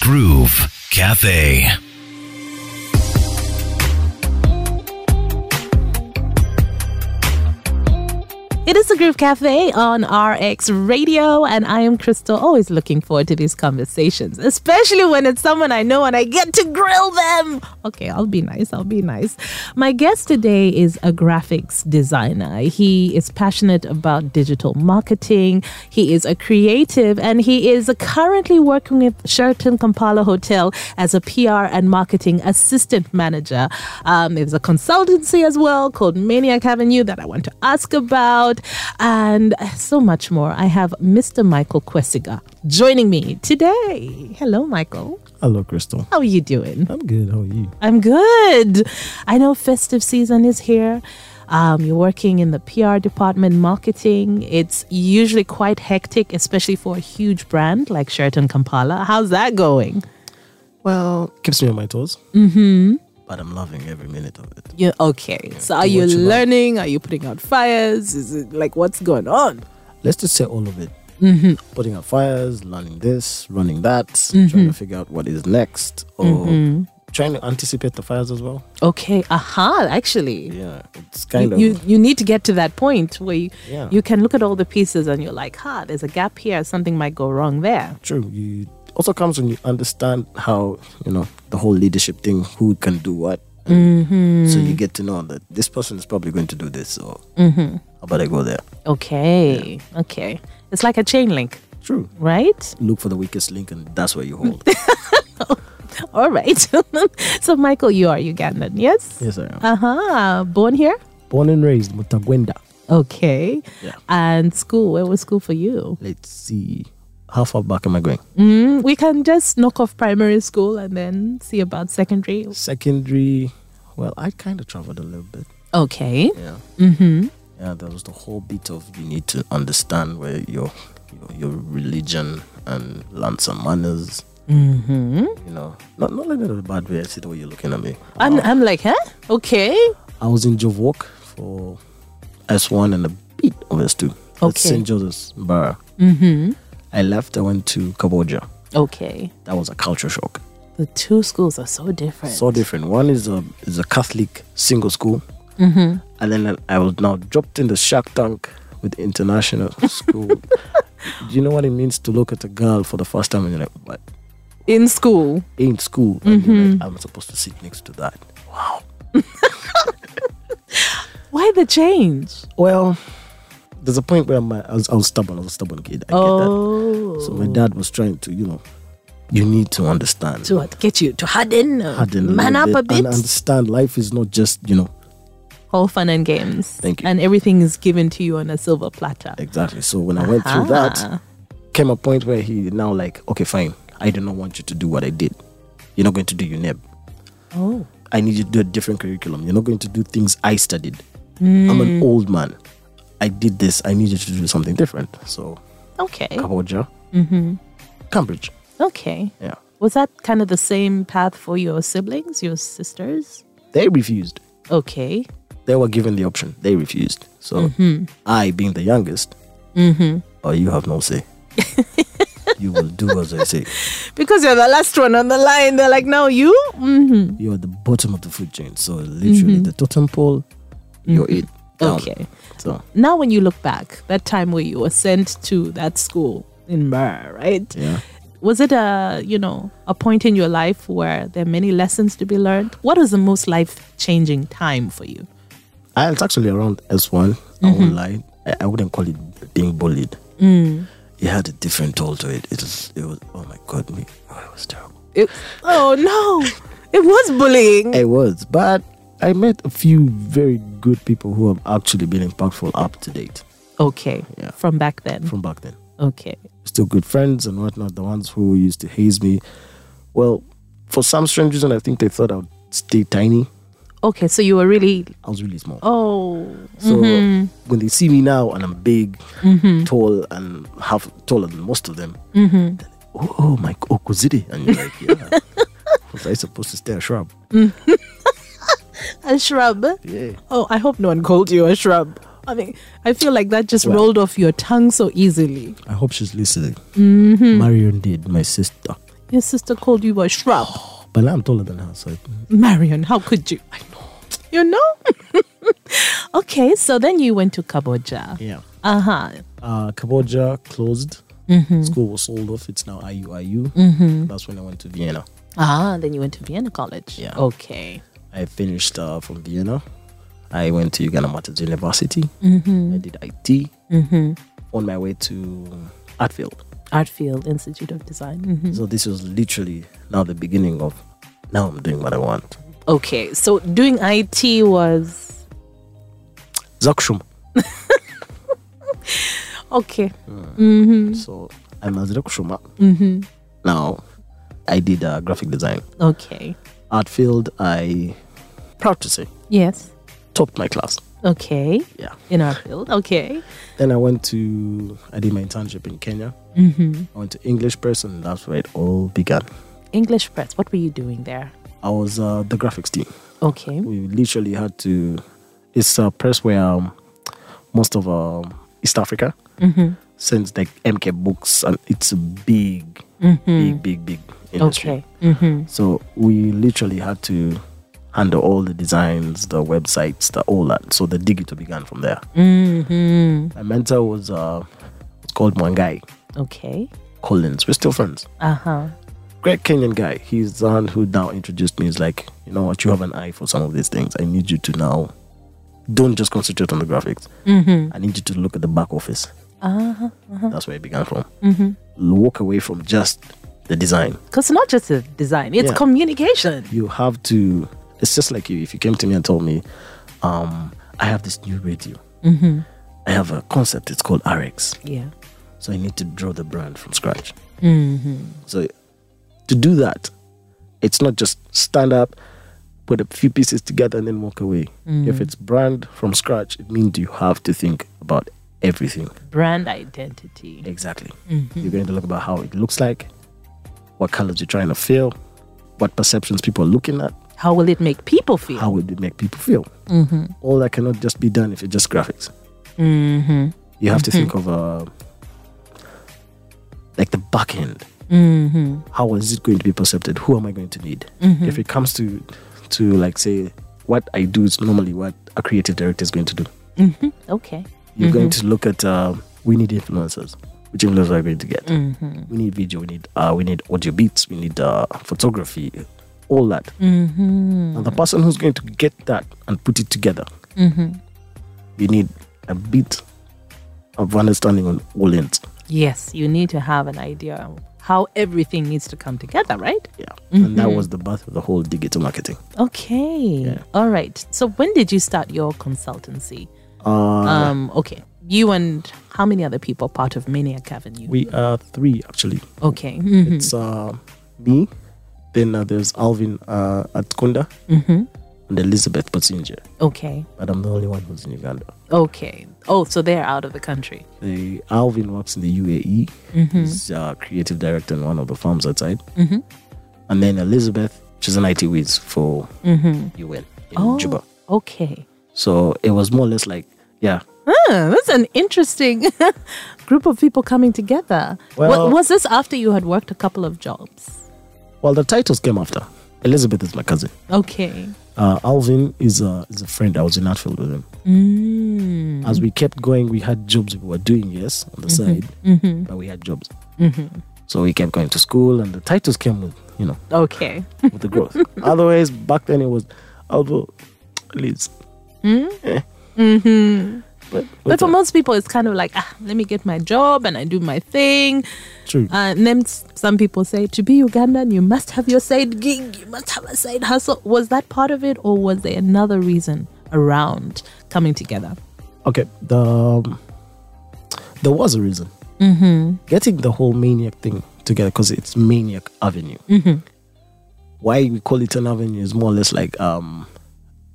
Groove Cafe. It is the Groove Cafe on RX Radio, and I am Crystal. Always looking forward to these conversations, especially when it's someone I know and I get to grill them. Okay, I'll be nice. I'll be nice. My guest today is a graphics designer. He is passionate about digital marketing. He is a creative, and he is currently working with Sheraton Kampala Hotel as a PR and marketing assistant manager. Um, there's a consultancy as well called Maniac Avenue that I want to ask about and so much more. I have Mr. Michael Kwesiga joining me today. Hello, Michael. Hello, Crystal. How are you doing? I'm good. How are you? I'm good. I know festive season is here. Um, you're working in the PR department, marketing. It's usually quite hectic, especially for a huge brand like Sheraton Kampala. How's that going? Well, keeps me on my toes. Mm-hmm. But I'm loving every minute of it. You're okay. So, are you what you like. learning? Are you putting out fires? Is it like what's going on? Let's just say all of it. Putting out fires, learning this, running that, trying to figure out what is next, or Mm-hmm. trying to anticipate the fires as well. Okay. Aha. Actually, Yeah, it's kind of you, you you need to get to that point where you, Yeah. you can look at all the pieces and you're like, ha, there's a gap here. Something might go wrong there. true. You also comes when you understand how you know the whole leadership thing, who can do what. So you get to know that this person is probably going to do this. So how about I go there? Okay. Okay. It's like a chain link, True. right? Look for the weakest link, and that's where you hold. All right. so, Michael, you are Ugandan, yes? yes, I am. Uh huh. Born here? Born and raised Mutagwenda. Okay. Yeah. And school, where was school for you? Let's see. How far back am I going? Mm, We can just knock off primary school and then see about secondary. Secondary. Well, I kind of traveled a little bit. Okay. Yeah. Mm-hmm. Yeah, there was the whole bit of you need to understand where your your, your religion and learn some manners. Mm-hmm. You know, not not like that in a bad way. I see the way you're looking at me. I'm, I'm like, huh? Okay. I was in Jovok for S1 and a bit of S2. That's Okay. St. Joseph's Bar. Mm-hmm. I left. I went to Cambodia. Okay. That was a culture shock. The two schools are so different. so different. One is a is a Catholic single school, Mm-hmm. and then I was now dropped in the shark tank with international school. Do you know what it means to look at a girl for the first time and you're like, "What? in school. In school, and you're Mm-hmm. like, I'm supposed to sit next to that." Wow. Why the change? Well, there's a point where my, I, was, I was stubborn. I was a stubborn kid. I Oh, get that. So my dad was trying to, you know, you need to understand. to what, get you to harden, uh, Harden man up little a bit. and understand life is not just you know All fun and games. Thank you. And everything is given to you on a silver platter. Exactly. So when I went through that, came a point where he now like, okay, fine. I do not want you to do what I did. You're not going to do UNEB. Oh, I need you to do a different curriculum. You're not going to do things I studied. I'm an old man. I did this. I need you to do something different. So okay, Cambodia, Cambridge. okay. Yeah, Was that kind of the same path for your siblings, your sisters? they refused. Okay, They were given the option. They refused. So I, being the youngest, oh, you have no say. you will do as I say. because you're the last one on the line. They're like, no, you. Mm-hmm. you're at the bottom of the food chain. So literally the totem pole, you're it. Down. Okay. So Now, when you look back, that time where you were sent to that school in Mur, right? yeah. was it a you know a point in your life where there are many lessons to be learned what was the most life changing time for you I it's actually around S1. I won't lie. I, I wouldn't call it being bullied. It had a different toll to it. It was it was oh my god, me. Oh, it was terrible. it, oh no it was bullying It was, but I met a few very good people who have actually been impactful up to date okay Yeah. from back then from back then. okay still good friends and whatnot, the ones who used to haze me. Well, for some strange reason I think they thought I would stay tiny. okay so you were really I was really small. oh So when they see me now and I'm big, tall, and half taller than most of them, they're like, oh, oh my, oh, Kuzidi. And you're like, yeah. Was I supposed to stay a shrub? a shrub Yeah. oh i hope no one called you a shrub i mean i feel like that just Well- rolled off your tongue so easily I hope she's listening. Marion did, my sister. Your sister called you a shrub. But now I'm taller than her, so Marion, how could you? I know. You know? okay, so then you went to Kaboja. yeah. Uh huh. Uh, Cambodia closed. School was sold off. It's now IUIU. That's when I went to Vienna. Ah, then you went to Vienna College. Yeah. Okay. I finished uh, from Vienna. I went to Uganda Martins University. I did IT Mm-hmm. on my way to Artfield. Artfield Institute of Design. Mhm. So this was literally now the beginning of now I'm doing what I want. Okay, so doing IT was Zakshum. okay. So I'm a Zakshuma. Mm-hmm. Now I did uh, graphic design. Okay. Artfield, I, proud to say, Yes. topped my class. Okay. Yeah. In Artfield. Okay. Then I went to, I did my internship in Kenya. Mm-hmm. I went to English Press, and that's where it all began. English Press. What were you doing there? I was uh, the graphics team. Okay. We literally had to, it's a press where um, most of um, East Africa sends like MK books, and it's a big, big, big, big industry. Okay. Mm-hmm. So we literally had to handle all the designs, the websites, the all that. So the digital began from there. Mm. Mm-hmm. My mentor was uh, it's called Mwangai Okay. Collins. We're still friends. Uh huh. Great Kenyan guy. He's the one who now introduced me. He's like, you know what? You have an eye for some of these things. I need you to now. Don't just concentrate on the graphics. I need you to look at the back office. Mm-hmm. Uh-huh. That's where it began from. Mm-hmm. Walk away from just the design. Because not just a design, it's Yeah. communication. you have to it's just like you if you came to me and told me um i have this new radio Mm-hmm. i have a concept it's called rx Yeah. so i need to draw the brand from scratch so to do that it's not just stand up put a few pieces together and then walk away if it's brand from scratch it means you have to think about everything Brand identity. Exactly. You're going to look about how it looks like, what colors you're trying to fill, what perceptions people are looking at, How will it make people feel? how would it make people feel? All that cannot just be done if it's just graphics. You have to think of uh, like the back end. How is it going to be perceived? Who am I going to need? If it comes to to like say what I do is normally what a creative director is going to do. Mm-hmm. Okay. You're going to look at uh, we need influencers. Which influencers are we going to get? We need video. We need uh, we need audio beats. We need uh, photography. All that. Mm-hmm. And the person who's going to get that and put it together, you need a bit of understanding on all ends. Yes, you need to have an idea of how everything needs to come together, right? Yeah. And that was the birth of the whole digital marketing. Okay. All right. So when did you start your consultancy? Uh, um okay. You and how many other people part of Maniac Avenue? We are three actually. okay. Mm-hmm. It's uh, me, then uh, there's Alvin uh, Atkunda, and Elizabeth Patinja. Okay. But I'm the only one who's in Uganda. Okay. Oh, so they're out of the country. The Alvin works in the UAE. He's uh, creative director in one of the farms outside. And then Elizabeth, she's an IT whiz for UN in Oh. Juba. Okay. So it was more or less like, yeah, Huh, that's an interesting group of people coming together. Wa- Well- was this after you had worked a couple of jobs? well, the titles came after. Elizabeth is my cousin. Okay. Uh, Alvin is a, is a friend. I was in Hatfield with him. As we kept going, we had jobs we were doing, yes, on the side, but we had jobs. So we kept going to school, and the titles came with, you know, Okay. with the growth. Otherwise, back then it was Aldo Liz. Mm? But, Hmm? Mm-hmm. But with for the- most people, it's kind of like, ah, let me get my job and I do my thing. true. Uh, and then s- some people say, to be Ugandan, you must have your side gig, you must have a side hustle. Was that part of it, or was there another reason around coming together? okay, the um, there was a reason. Mm-hmm. Getting the whole maniac thing together because it's Maniac Avenue. Mm-hmm. Why we call it an avenue is more or less like um,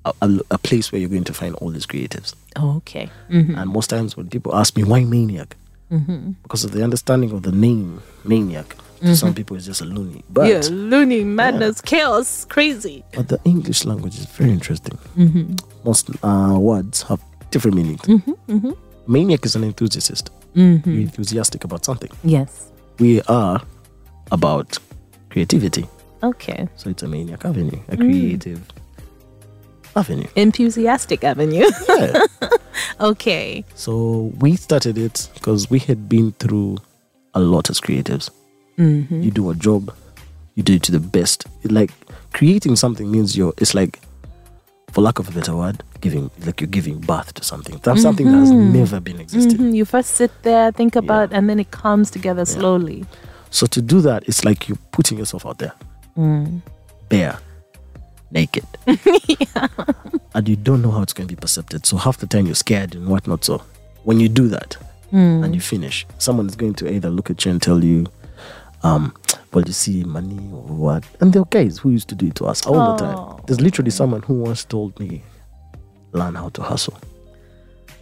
a, a, a place where you're going to find all these creatives. Oh, okay. And most times when people ask me why maniac, Mm-hmm. because of the understanding of the name maniac, to some people it's just a loony. But yeah, loony, madness, chaos, crazy. But the English language is very interesting. Most uh, words have different meanings. Maniac is an enthusiast. We're enthusiastic about something. Yes. We are about creativity. Okay. So it's a maniac avenue, a creative avenue. Enthusiastic Avenue. Yeah. okay. So we started it because we had been through a lot as creatives. You do a job, you do it to the best. It like creating something means you're. It's like, for lack of a better word, giving like you're giving birth to something. That's something that has never been existed. Mhm. You first sit there, think about, and then it comes together slowly. So to do that, it's like you're putting yourself out there, Mm. bare, naked, and you don't know how it's going to be perceived. So half the time you're scared and whatnot. So when you do that Mm. and you finish, someone is going to either look at you and tell you, um, "Well, you see, money or what?" And there are guys who used to do it to us all the Oh. time. There's literally someone who once told me, "Learn how to hustle."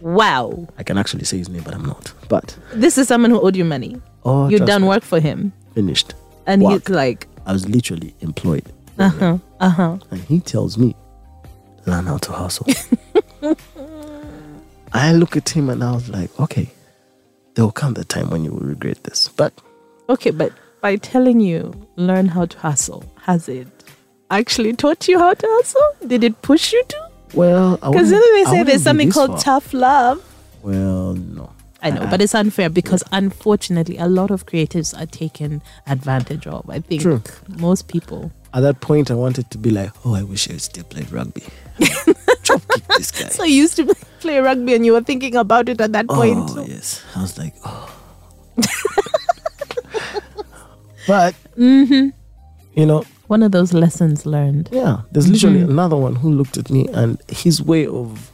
Wow. I can actually say his name, but I'm not. But This is someone who owed you money. oh, you trust done me, work for him. Finished. And Work. he's like, I was literally employed. uh huh, uh huh. and he tells me, learn how to hustle. I look at him and I was like, okay, there will come the time when you will regret this. But Okay, but by telling you learn how to hustle, has it actually taught you how to hustle? Did it push you to? well, I wouldn't- Because I then they say wouldn't there's be something this called far. Uh-huh. tough love. Well, no. I know, but it's unfair because unfortunately, a lot of creatives are taken advantage of. I think True. most people. At that point, I wanted to be like, oh, I wish I still played rugby. Chop kick this guy. So you used to play rugby and you were thinking about it at that point. Oh, yes. I was like, oh. but, Mm-hmm. you know, One of those lessons learned. Yeah, there's literally another one who looked at me and his way of,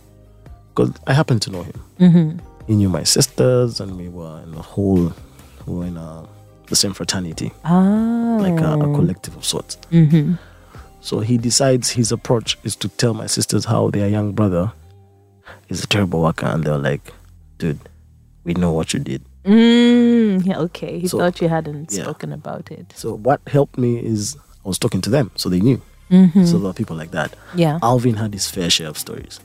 because I happen to know him. Mm-hmm. He knew my sisters, and we were in a whole, we were in a, the same fraternity, Ah, like a, a collective of sorts. Oh. Mm-hmm. So he decides his approach is to tell my sisters how their young brother is a terrible worker, and they're like, "Dude, we know what you did." mm, yeah, okay. He So- thought you hadn't yeah. spoken about it. So what helped me is I was talking to them, so they knew. So there are people like that. Yeah. Alvin had his fair share of stories.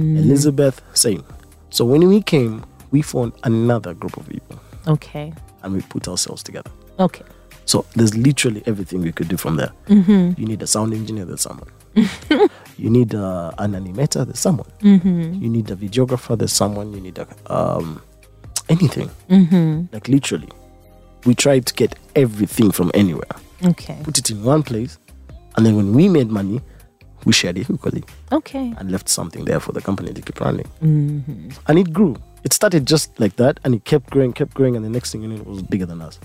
Elizabeth, same. So when we came, we found another group of people Okay. and we put ourselves together. Okay. So there's literally everything we could do from there. You need a sound engineer, there's someone. you need uh, an animator, there's someone. You need a videographer, there's someone. You need a, um, anything. Like literally. We tried to get everything from anywhere, Okay. put it in one place, and then when we made money, we shared it equally Okay. and left something there for the company to keep running. Mm-hmm. And it grew. It started just like that, and it kept growing, kept growing, and the next thing you knew, it was bigger than us.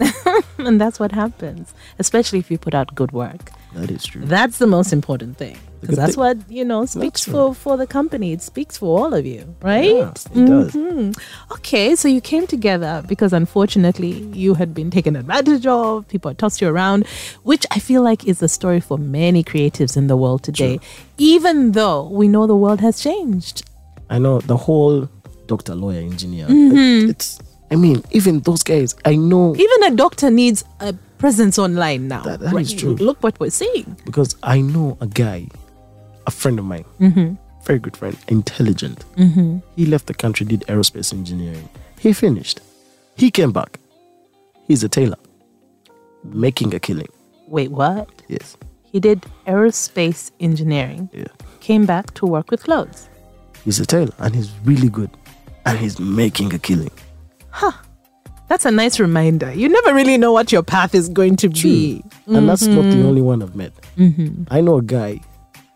And that's what happens, especially if you put out good work. that is true. That's the most important thing. Because good that's thing. what, you know, speaks true. for, for the company. It speaks for all of you, right? Mm. Yeah, it Mm-hmm. does. Okay, so you came together because unfortunately you had been taken advantage of, people had tossed you around, which I feel like is the story for many creatives in the world today, even though we know the world has changed. I know the whole doctor, lawyer, engineer. it- it's. I mean, even those guys. I know Even a doctor needs a presence online now. That- that is true. Look what we're seeing. because I know a guy, a friend of mine, very good friend, intelligent. He left the country, did aerospace engineering. He finished. He came back. He's a tailor, making a killing. Wait, what? Yes. He did aerospace engineering, Yeah. came back to work with clothes. He's a tailor and he's really good. And he's making a killing. That's a nice reminder. You never really know what your path is going to be. And that's not the only one I've met. I know a guy.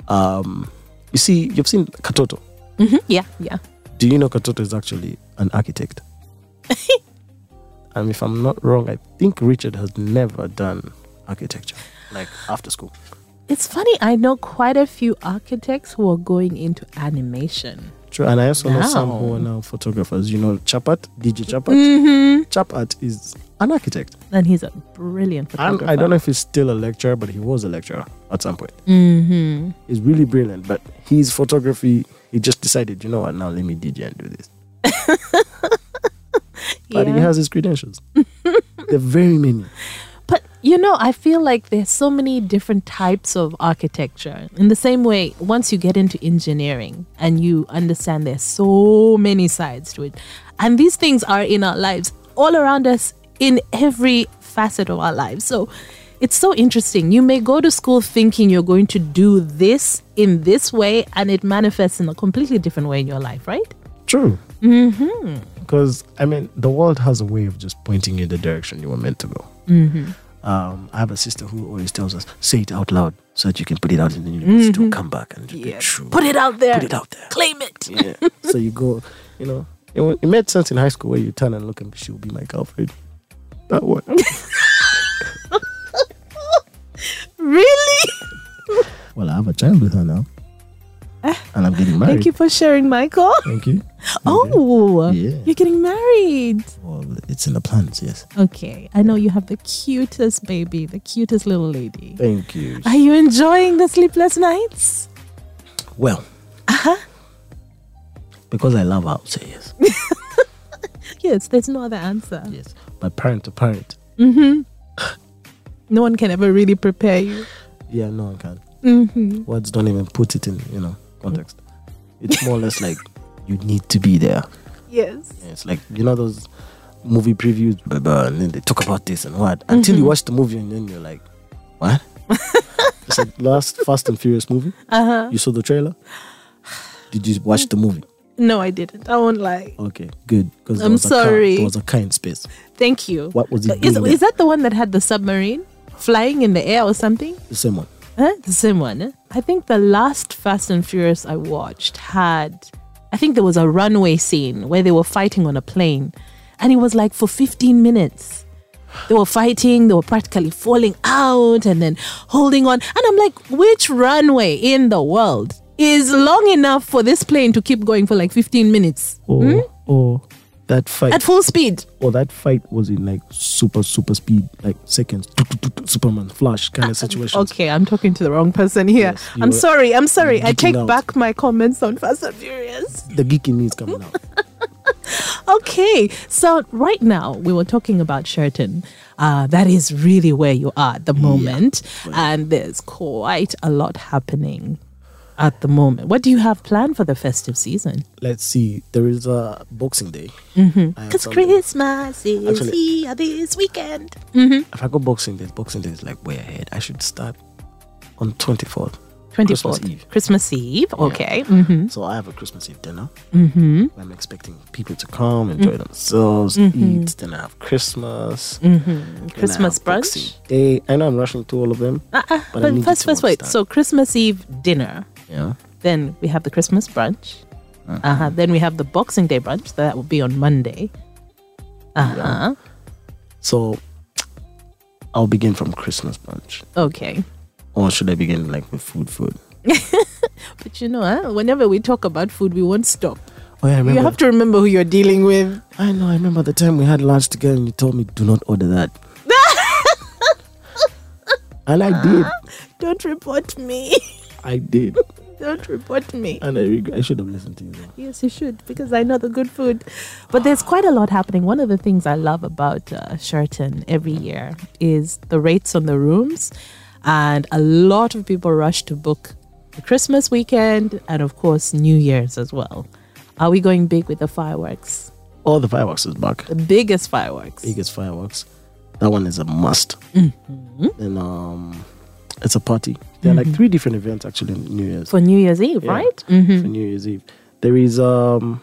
Um, you see, you've seen Katoto. Mhm, Yeah, yeah. Do you know Katoto is actually an architect? and if I'm not wrong, I think Richard has never done architecture, like after school. It's funny, I know quite a few architects who are going into animation. True. And I also know some who Wow. are now photographers. You know Chapat, DJ Chapat. Chapat is an architect. And he's a brilliant I'm, photographer. I i do not know if he's still a lecturer, but he was a lecturer at some point. Mm-hmm. He's really brilliant, but his photography, he just decided, you know what, now let me DJ and do this. But he Yeah. has his credentials. They're very many. But you know, I feel like there's so many different types of architecture. In the same way, once you get into engineering and you understand there's so many sides to it, and these things are in our lives all around us in every facet of our lives. So it's so interesting. You may go to school thinking you're going to do this in this way, and it manifests in a completely different way in your life, right? True. Because I mean, the world has a way of just pointing you in the direction you were meant to go. Mm-hmm. Um, I have a sister who always tells us, "Say it out loud so that you can put it out in the universe to come back and it will be true." Mm-hmm. Put it out there. Put it out there. Claim it. yeah. So you go, you know, it, wa- it made sense in high school where you turn and look and she'll be my girlfriend. That one. Really? well, I have a child with her now, and I'm getting married. Thank you for sharing, Michael. Thank you. Oh, Yeah. you're getting married. Well, it's in the plans, yes. Okay, I know you have the cutest baby, the cutest little lady. Thank you. Are you enjoying the sleepless nights? Well, Uh-huh. because I love her, I'll say yes. Yes, there's no other answer. yes. But parent to parent, No one can ever really prepare you. Mm-hmm. yeah, no one can. Words don't even put it in, you know, context. It's more or less like you need to be there. Yes. It's like you know those movie previews, blah, blah, and then they talk about this and what Mm-hmm. until you watch the movie and then you're like, what? it's like last Fast and Furious movie. Uh-huh. You saw the trailer. Did you watch the movie? No, I didn't. I won't lie. Okay, good. Because I'm sorry. there was a kind space. Thank you. What was it Is, doing is that the one that had the submarine flying in the air or something? The same one. Huh? The same one. eh? I think the last Fast and Furious I watched had, I think there was a runway scene where they were fighting on a plane, and it was like for 15 minutes. They were fighting, they were practically falling out and then holding on. And I'm like, which runway in the world is long enough for this plane to keep going for like 15 minutes Or or Oh, that fight. at full speed? or that fight was in like super super speed, like seconds. Superman flash kind of situation. Ah, Okay, I'm talking to the wrong person here. Yes, you I'm were sorry, I'm sorry. I geeking take out. back my comments on Fast and Furious. The geeky in me is coming out. Okay, so right now we were talking about Sheraton. Uh, that is really where you are at the moment, and there's quite a lot happening at the moment. What do you have planned for the festive season? Let's see. There is a Boxing Day. Because Christmas is Actually- here this weekend. If I go Boxing Day, Boxing Day is like way ahead. I should start on twenty fourth. Twenty Christmas fourth, Eve. Christmas Eve. Okay. mhm. So I have a Christmas Eve dinner. Mm-hmm. I'm expecting people to come, enjoy Mm-hmm. themselves, eat. Then I have Christmas. Mm-hmm. Christmas brunch? Day. I know I'm rushing through all of them. Uh-uh. But I But, need it first, to first, wait. understand. So Christmas Eve dinner. Yeah. Then we have the Christmas brunch. Uh-huh. Then we have the Boxing Day brunch. That will be on Monday. Uh huh. So I'll begin from Christmas brunch. Okay. Or should I begin like with food food? But you know, huh? whenever we talk about food, we won't stop. Oh yeah, I remember You have to remember who you're dealing with. I know, I remember the time we had lunch together and you told me do not order that. and I did. Don't report me. I did. Don't report me. And I regret I should have listened to you. though. Yes, you should, because I know the good food. But there's quite a lot happening. One of the things I love about uh, Sheraton every year is the rates on the rooms. And a lot of people rush to book the Christmas weekend and, of course, New Year's as well. Are we going big with the fireworks? All the fireworks is back. The biggest fireworks. Biggest fireworks. That one is a must. Mm-hmm. And um it's a party. There are like three different events actually in New Year's. For Mm-hmm. New Year's Eve, Yeah, right? For New Year's Eve. There is um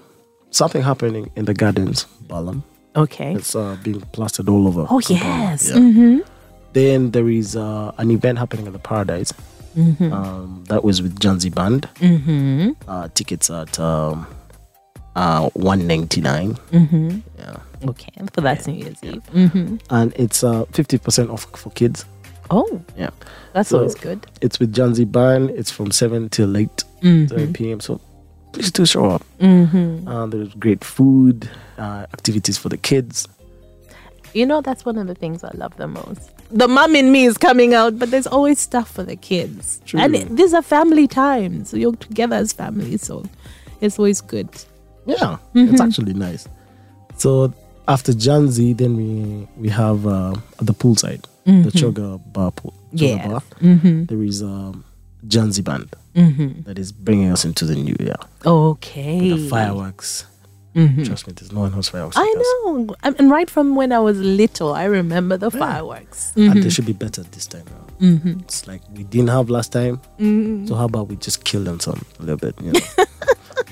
something happening in the gardens, Balam. Okay. It's uh, being plastered all over. Oh, Kampala. yes. Mm-hmm. Yeah. Then there is uh, an event happening at the Paradise. Mm-hmm. Um, that was with Janzi Band. Mm. Uh, tickets at um, uh, one ninety nine. Yeah, Mm-hmm. Okay, for that's New Year's Eve. and it's uh, fifty percent off for kids. Oh, Yeah, that's So- always good. it's with Janzi Band. It's from seven till 8 Mm-hmm. 7 p.m. So please do show up. Uh, there's great food, uh, activities for the kids. You know, that's one of the things I love the most. The mum in me is coming out, but there's always stuff for the kids. True. And it- these are family times. You're together as family, so it's always good. Yeah, Mm-hmm. it's actually nice. So after Janzi, then we we have uh, at the poolside, the Choga Bar pool. Choga Mm-hmm. Yeah. Mm-hmm. bar. There is um, Janzi band that is bringing us into the new year. Okay. The fireworks, Trust me, there's no one else fireworks. Mm-hmm. I like us. know. I- And right from when I was little, I remember the fireworks. Mm. And they should be better this time around. It's like we didn't have last time. So how about we just kill them some a little bit, you know?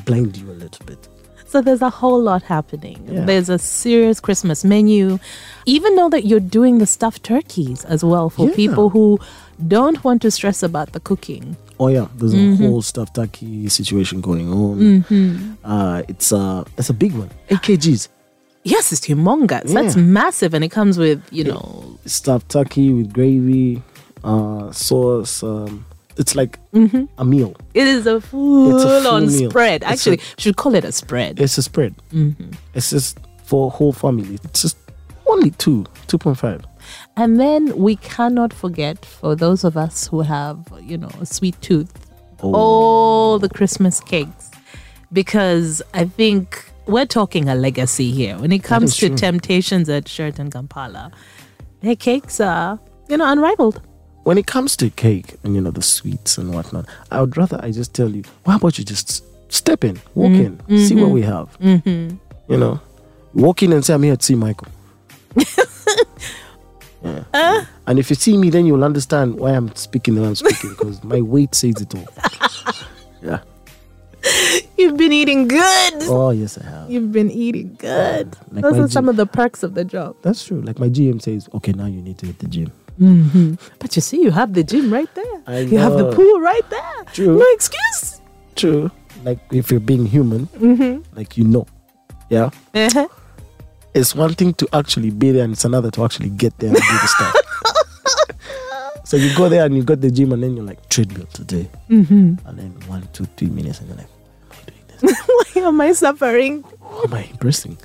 Blind you a little bit. So there's a whole lot happening. Yeah. There's a serious Christmas menu. Even though that you're doing the stuffed turkeys as well for Yeah. people who don't want to stress about the cooking. Oh yeah, there's a whole stuff turkey situation going on. Uh, it's a it's a big one. AKGs Yes, it's humongous. That's Yeah. massive, and it comes with you know stuffed turkey with gravy, uh, sauce. Um, it's like a meal. It is a full, on full meal. spread. It's Actually, a- we should call it a spread. It's a spread. It's just for whole family. It's just only two two point five. And then we cannot forget for those of us who have, you know, a sweet tooth, Oh, all the Christmas cakes. Because I think we're talking a legacy here. When it comes is to true. temptations at Sheraton Kampala, their cakes are, you know, unrivaled. when it comes to cake and you know the sweets and whatnot, I would rather I just tell you, why about you just s- step in, walk in, see what we have. Mm-hmm. You know, walk in and say I'm here to see Michael. yeah. And if you see me, then you'll understand why I'm speaking the way I'm speaking because my weight says it all. yeah. You've been eating good. Oh yes, I have. You've been eating good. Like those my are G- some of the perks of the job. That's true. Like my GM says, okay, now you need to hit the gym. But you see, you have the gym right there. I you have the know. pool right there. True. No excuse. True. Mm-hmm. Like if you're being human, like you know, yeah. Uh-huh. it's one thing to actually be there and it's another to actually get there and do the stuff. so you go there and you got the gym and then you're like treadmill today. Mm-hmm. And then one, two, three minutes and you're like, why am I doing this? Why am I suffering? Who am I impressing?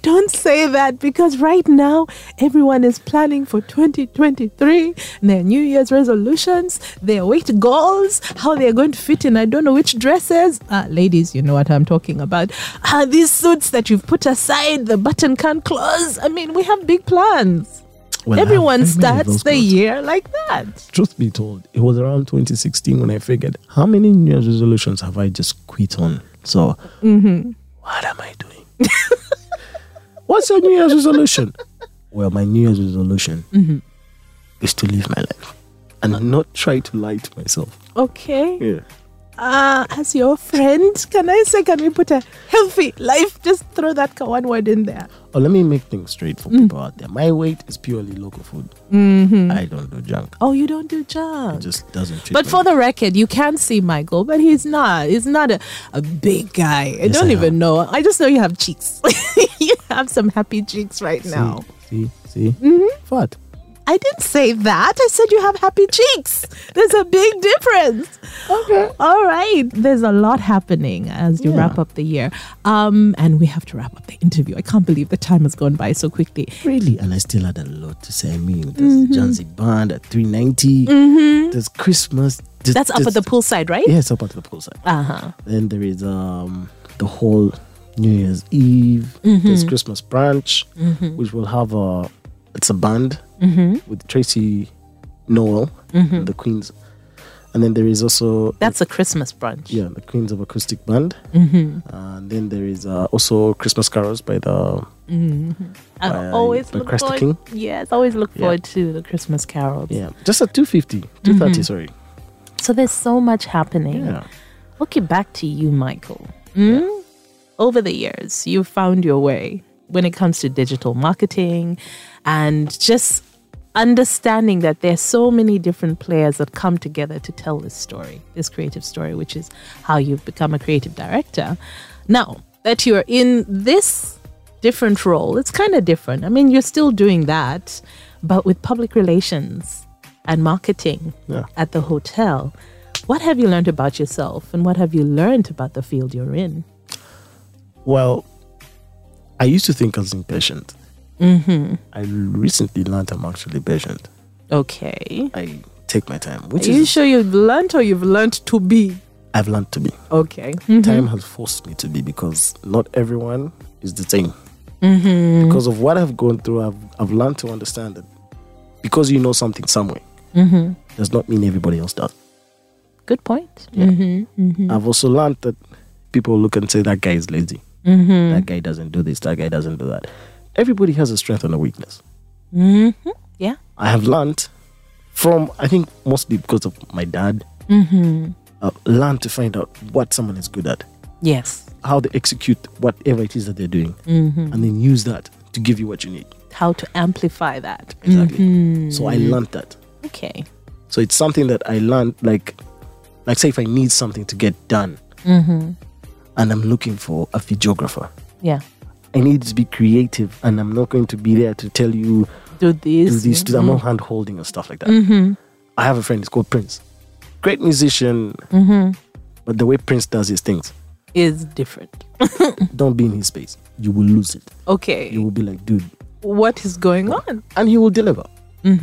Don't say that because right now everyone is planning for 2023, their New Year's resolutions, their weight goals, how they're going to fit in. I don't know which dresses. Ah, ladies, you know what I'm talking about. Ah, these suits that you've put aside, the button can't close. I mean, we have big plans. Well, I have very everyone many of starts those the plans. year like that. Truth be told, it was around 2016 when I figured how many New Year's resolutions have I just quit on? So, Mm-hmm. what am I doing? What's your New Year's resolution? Well, my New Year's resolution Mm-hmm. is to live my life and not try to lie to myself. Okay. Yeah. uh, as your friend, can I say, can we put a healthy life? Just throw that ca- one word in there. Oh, let me make things straight for Mm. people out there. My weight is purely local food. I don't do junk. Oh, you don't do junk. It just doesn't treat Mm-hmm. But me. for the record, you can see Michael, but he's not. He's not a, a big guy. I don't I even know. I just know you have cheeks. you have some happy cheeks right now. Mm-hmm. See, see, mm fat. I didn't say that. I said you have happy cheeks. There's a big difference. Okay. All right. There's a lot happening as you Yeah. wrap up the year. Um, and we have to wrap up the interview. I can't believe the time has gone by so quickly. Really, and I still had a lot to say. I mean, there's Mm-hmm. Janzi Band at 390. There's Christmas. There's, That's up at there's- the poolside, right? Yeah, it's up at the poolside. Uh huh. Then there is um the whole New Year's Eve. Mm-hmm. There's Christmas brunch, which will have a it's a band Mm-hmm. with Tracy Noel, and the Queens, and then there is also That's a Christmas brunch. yeah the Queens of Acoustic Band, Mm-hmm. and then there is uh, also Christmas carols by the I By- always by look Christy forward. King? Yes, always look Yeah. forward to the Christmas carols. yeah just at 250 230 Mm-hmm. sorry So there's so much happening. yeah Okay, back to you, Michael. Mm? Over the years, you've found your way when it comes to digital marketing and just understanding that there's so many different players that come together to tell this story, this creative story, which is how you've become a creative director. Now that you're in this different role, it's kind of different. I mean, you're still doing that, but with public relations and marketing Yeah. at the hotel. What have you learned about yourself and what have you learned about the field you're in? Well, I used to think I was impatient. Mm-hmm. I recently learned I'm actually patient. Okay. I take my time, Are which you is sure you've learned or you've learned to be? I've learned to be. Okay. Time has forced me to be because not everyone is the same. Mm-hmm. Because of what I've gone through, I've, I've learned to understand that because you know something somewhere Mm-hmm. does not mean everybody else does. Good point. Mm-hmm. I've also learned that people look and say that guy is lazy. Mm-hmm. That guy doesn't do this. That guy doesn't do that. Everybody has a strength and a weakness. Yeah. I have learned from, I think mostly because of my dad, uh, learn to find out what someone is good at, Yes. how they execute whatever it is that they're doing, and then use that to give you what you need. How to amplify that. Exactly. So I learned that. Okay. So it's something that I learned, like, like say if I need something to get done, and I'm looking for a videographer, Yeah. I need to be creative, and I'm not going to be there to tell you Do do this. this. do that. I'm not hand holding and stuff like that. Mm-hmm. I have a friend. It's called Prince, great musician, Mm-hmm. but the way Prince does his things, is different. Mm-hmm. don't be in his space. You will lose it. Okay. You will be like, dude, what is going on? and he will deliver.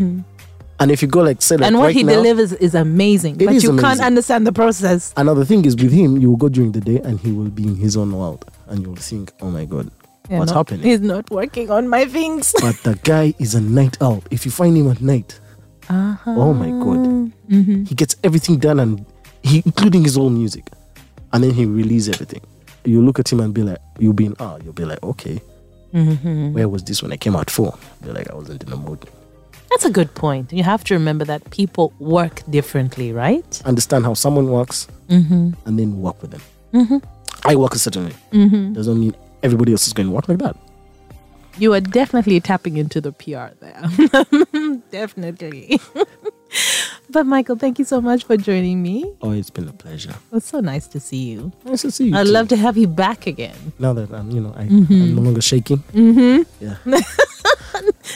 And if you go like, say, like Mm-hmm. and what right he now- delivers is amazing. It but is you can't amazing. understand the process. Another thing is with him, you will go during the day and he will be in his own world and you will think, oh my God, Yeah, what's no, happening? He's not working on my things. but the guy is a night owl. If you find him at night, oh my God, he gets everything done and he, including his own music. And then he releases everything. You look at him and be like, you'll be in awe. You'll be like, okay, where was this when I came out for? Be like, I wasn't in the mood. That's a good point. You have to remember that people work differently, right? understand how someone works and then work with them. I work a certain way. Doesn't mean everybody else is going to work like that. You are definitely tapping into the PR there. definitely. but Michael, thank you so much for joining me. It Oh, it's been a pleasure. was so nice to see you. Nice to see you. I'd too. love to have you back again. Now that I'm, you know, I, I'm no longer shaking. Yeah,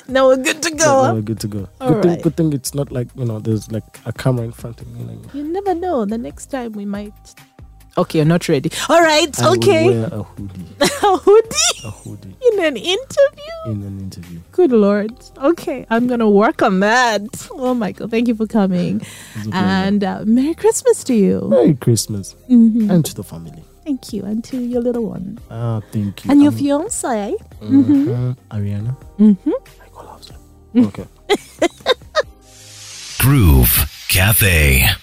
Now we're good to go. now we're good to go. All good, thing, right. good thing it's not like you know, there's like a camera in front of me. Like, You never know. The next time we might. Okay, you're not ready. All right. I will okay. wear a hoodie, A hoodie a hoodie in an interview. in an interview. Good lord. Okay, I'm gonna work on that. Oh, Michael, thank you for coming, and Mm-hmm. uh, Merry Christmas to you. Merry Christmas and to the family. Thank you, and to your little one Ah, thank you. and your Um, fiance. mhm. Ariana. Mm-hmm. I call her. Okay. Groove Cafe.